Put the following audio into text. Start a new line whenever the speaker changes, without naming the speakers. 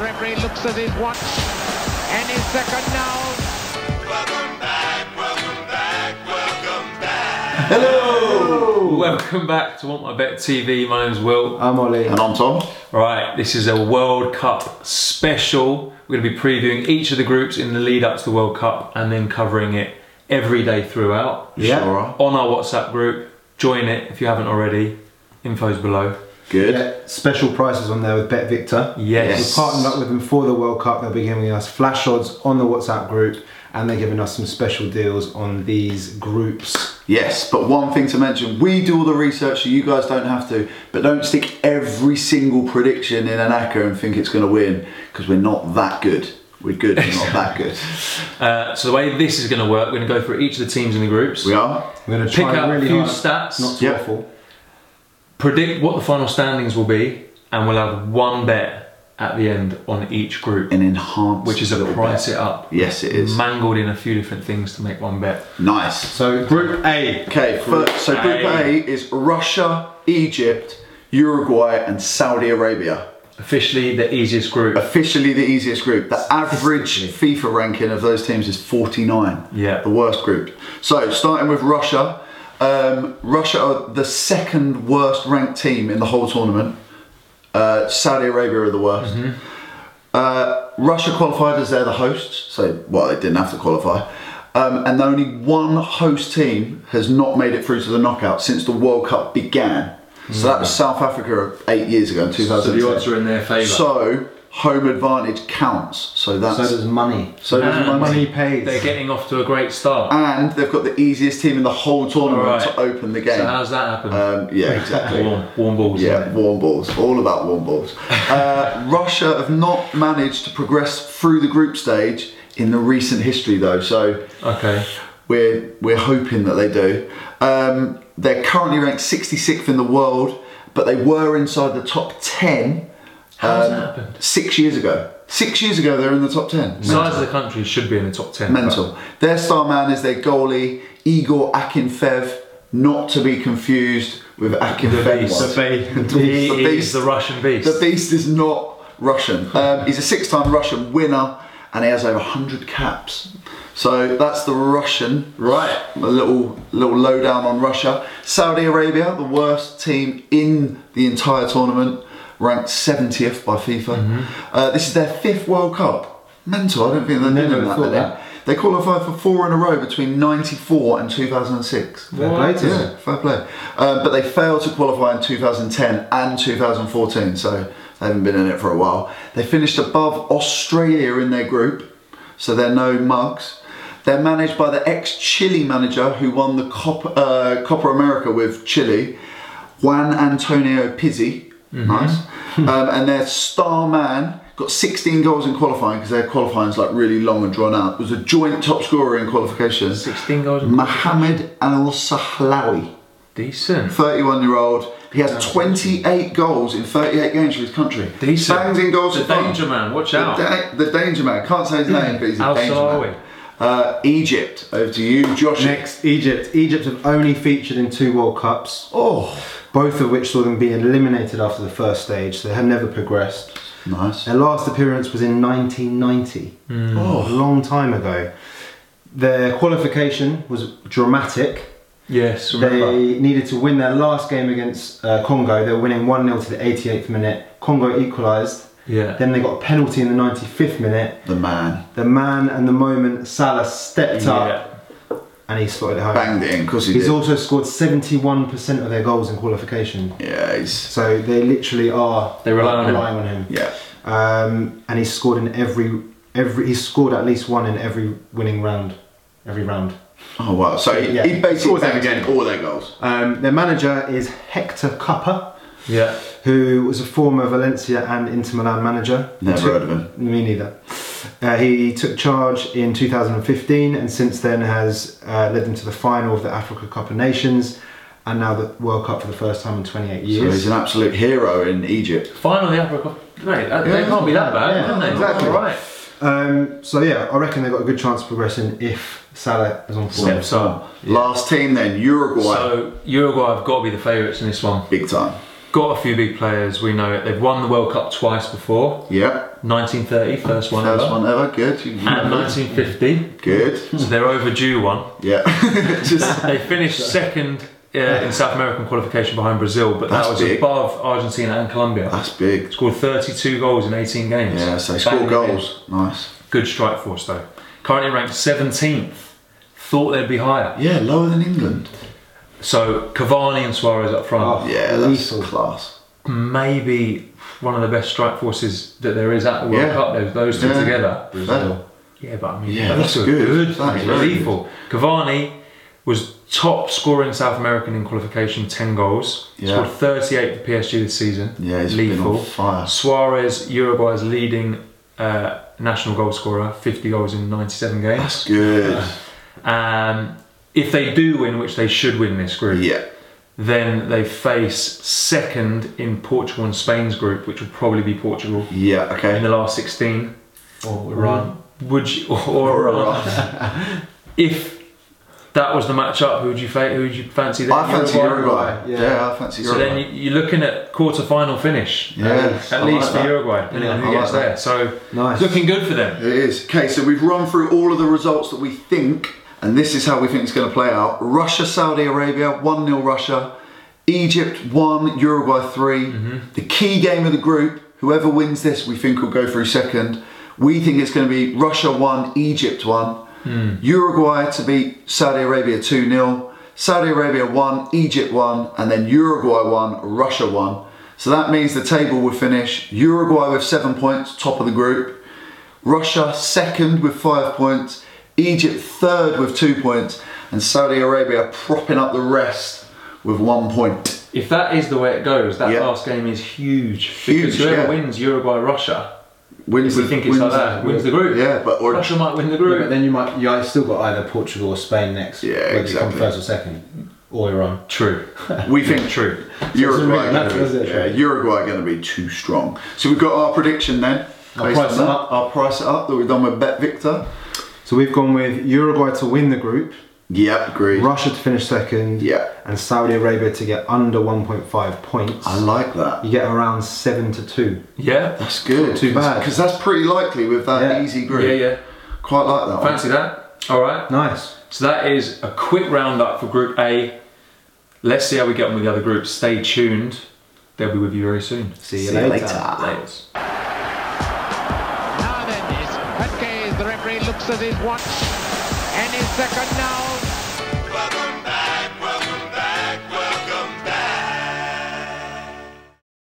referee looks at his watch and his second now.
Welcome back, welcome back, welcome back.
Hello!
Welcome back to Want My Bet TV. My name's Will.
I'm Ollie.
And I'm Tom.
Right, this is a World Cup special. We're going to be previewing each of the groups in the lead up to the World Cup and then covering it every day throughout
Yeah.
Sure are.
on our WhatsApp group. Join it if you haven't already. Info's below.
Good.
Yeah, special prices on there with Bet Victor.
Yes.
We're partnering up with them for the World Cup. They'll be giving us flash odds on the WhatsApp group and they're giving us some special deals on these groups.
Yes, but one thing to mention, we do all the research so you guys don't have to, but don't stick every single prediction in an acca and think it's going to win because we're not that good. We're good, we're not that good.
Uh, so the way this is going to work, we're going to go through each of the teams in the groups,
We are?
We're going to
pick
try
out
really
a few
hard
stats,
not to
Yeah.
waffle.
predict what the final standings will be, and we'll have one bet at the end on each group,
An enhanced.
which is a
little
price
bet.
it up.
Yes, it is.
Mangled in a few different things to make one bet.
Nice.
So, Group A.
Okay, first, so Group
A.
A is Russia, Egypt, Uruguay, and Saudi Arabia.
Officially, the easiest group.
Officially the easiest group. The average FIFA ranking of those teams is 49.
Yeah.
The worst group. So starting with Russia, um, Russia are the second worst ranked team in the whole tournament. Uh, Saudi Arabia are the worst.
Mm-hmm.
Uh, Russia qualified as they're the hosts, so well they didn't have to qualify. Um, and only one host team has not made it through to the knockout since the World Cup began. So that was South Africa eight years ago in 2010.
Mm. So the odds are in their favour.
So home advantage counts. So that's
So does money.
so does
And
money.
Money pays.
They're getting off to a great start.
And they've got the easiest team in the whole tournament
Alright.
to open the game.
So how's that happen?
um, yeah, exactly.
warm, warm balls.
Yeah, warm balls. All about warm balls. Uh, Russia have not managed to progress through the group stage in the recent history, though. So
Okay.
we're we're hoping that they do. Um, they're currently ranked 66th in the world, but they were inside the top 10
How's that happened?
six years ago. Six years ago, they're in the top 10.
Size of the country should be in the top ten.
Mental. Their star man is their goalie, Igor Akinfev, not to be confused with Akinfev.
beast.
was.
but He
The
is
beast.
the Russian beast.
The beast is not Russian. Um, he's a six time Russian winner and he has over 100 caps. So that's the Russian, right? A little, little lowdown on Russia. Saudi Arabia, the worst team in the entire tournament, ranked 70th by FIFA. Uh, this is their fifth World Cup. Mental, I don't think they've
Mm-hmm. Never
been in that,
thought
did they?
that.
They qualified for four in a row between 94 and 2006.
Fair play to them.
Yeah, fair play. Um, but they failed to qualify in 2010 and 2014, so they haven't been in it for a while. They finished above Australia in their group, so they're no mugs. They're managed by the ex Chile manager who won the Cop- uh, Copa America with Chile, Juan Antonio Pizzi.
Mm-hmm.
Nice. um, and their star man got 16 goals in qualifying because their qualifying's like really long and drawn out. Was a joint top scorer in qualification.
16 goals. in-
Mohamed Al Sahlawi,
Decent.
31 year old. He has
Oh.
28 goals in 38 games for his country.
Decent.
Bangs in goals
The
for fun.
danger man. Watch
The
out.
da- the danger man. Can't say his name, but he's a
Al
danger
Sahlawi.
man. Uh, Egypt. Over to you, Josh.
Next, Egypt. Egypt have only featured in two World Cups.
Oh,
both of which saw them be eliminated after the first stage. so They have never progressed.
nice.
Their last appearance was in 1990,
Mm.
Oh.
a long time ago. Their qualification was dramatic.
Yes. Remember.
They needed to win their last game against uh, Congo. They were winning 1 0 to the 88th minute. Congo equalised.
yeah.
Then they got a penalty in the 95th minute.
The man.
The man and the moment, Salah, stepped
yeah.
up and he slotted it home.
Banged it in, because he
He's
did.
also scored 71% of their goals in qualification.
yeah, he's.
So they literally are
They rely on him.
relying on him.
Yeah.
Um, and he scored in every every he scored at least one in every winning round, every round.
Oh, wow. So he,
Yeah.
he basically
Scores them
banged
again.
in all their goals.
Um, their manager is Hector Cuppa,
Yeah.
who was a former Valencia and Inter Milan manager.
Never
Took-
heard of him.
Me neither. Uh, he took charge in 2015 and since then has uh, led them to the final of the Africa Cup of Nations and now the World Cup for the first time in 28
So
years.
he's an absolute hero in Egypt.
Final of the Africa. Mate, that,
Yeah,
they can't be that bad,
yeah,
can they?
exactly.
All right.
Um, so yeah, I reckon they've got a good chance of progressing if Salah is on form.
Steps up.
Last team then, Uruguay.
So Uruguay have got to be the favourites in this one.
Big time.
got a few big players. We know it. They've won the World Cup twice before.
Yep.
1930, first one
First
ever,
one ever. Good. You-
and 1950.
Good.
So they're overdue one.
Yeah. Just
They finished second uh, in South American qualification behind Brazil, but
That's
that was
big.
above Argentina and Colombia.
that's big.
Scored 32 goals in 18 games.
Yeah. So
Bang
score
in.
goals. Nice.
Good strike force though. Currently ranked 17th. Thought they'd be higher.
Yeah. Lower than England.
So Cavani and Suarez up front.
Yeah. That's
Lethal.
class.
Maybe one of the best strike forces that there is at the World
Yeah.
Cup. Those, those two
Yeah.
together.
Brazil.
Yeah, but I mean,
Yeah,
that's
that's
good.
good.
good.
That is
That's
very
lethal. Cavani was top scoring South American in qualification, 10 goals.
Yeah.
Scored 38 for PSG this season.
Yeah, he's been
lethal.
on fire.
Suarez, Uruguay's leading uh, national goal scorer, 50 goals in 97 games.
That's good.
Um, if they do win, which they should win this group,
Yeah.
then they face second in Portugal and Spain's group, which will probably be Portugal
Yeah.
in
Okay.
the last 16.
Or
Would you or, if that was the matchup? Who would you fa- Who would you fancy? Then?
I fancy
Uruguay?
Uruguay.
yeah.
Yeah. I fancy
So
Uruguay.
then you- you're looking at quarter final finish.
Yes,
at
I
least
like
for
that.
Uruguay, depending on
Yeah,
who
I
gets
like that.
there. So
Nice.
looking good for them.
It is. Okay, so we've run through all of the results that we think, and this is how we think it's going to play out. Russia, Saudi Arabia, 1 0 Russia. Egypt, 1, Uruguay, 3. The key game of the group, whoever wins this, we think will go through second. We think it's going to be Russia 1, Egypt 1. Uruguay to beat Saudi Arabia 2 0. Saudi Arabia 1, Egypt 1, and then Uruguay 1, Russia 1. So that means the table will finish Uruguay with 7 points, top of the group. Russia second with five points, Egypt third with two points, and Saudi Arabia propping up the rest with one point.
If that is the way it goes, that
Yeah.
last game is huge.
Huge,
because whoever
yeah.
wins Uruguay Russia,
Wins
if we think it's like that, wins the group.
Yeah, but or
Russia might win the
Yeah,
group.
but then you might, you have still got either Portugal or Spain next.
Yeah,
whether
exactly.
You come first or second, or Iran.
True.
we think
True.
Uruguay.
really
are
matter,
gonna
does
be,
it?
yeah, Uruguay are going to be too strong. So we've got our prediction then.
I'll
based on
price it
that.
up.
I'll price it up that we've done with Bet Victor.
So we've gone with Uruguay to win the group,
Yep, agreed.
Russia to finish second,
Yeah.
and Saudi Arabia to get under 1.5 points.
I like that.
You get around seven to two.
Yeah.
That's good.
too bad.
because that's pretty likely with that
Yeah.
easy
Yeah,
group.
yeah.
Quite like that. one.
Fancy that? All right.
Nice.
So that is a quick roundup for Group A. Let's see how we get on with the other groups. Stay tuned. They'll be with you very soon.
See you
you
later.
later.
Laters.
Now then, it's Hutke, the referee looks at his watch. Any second now.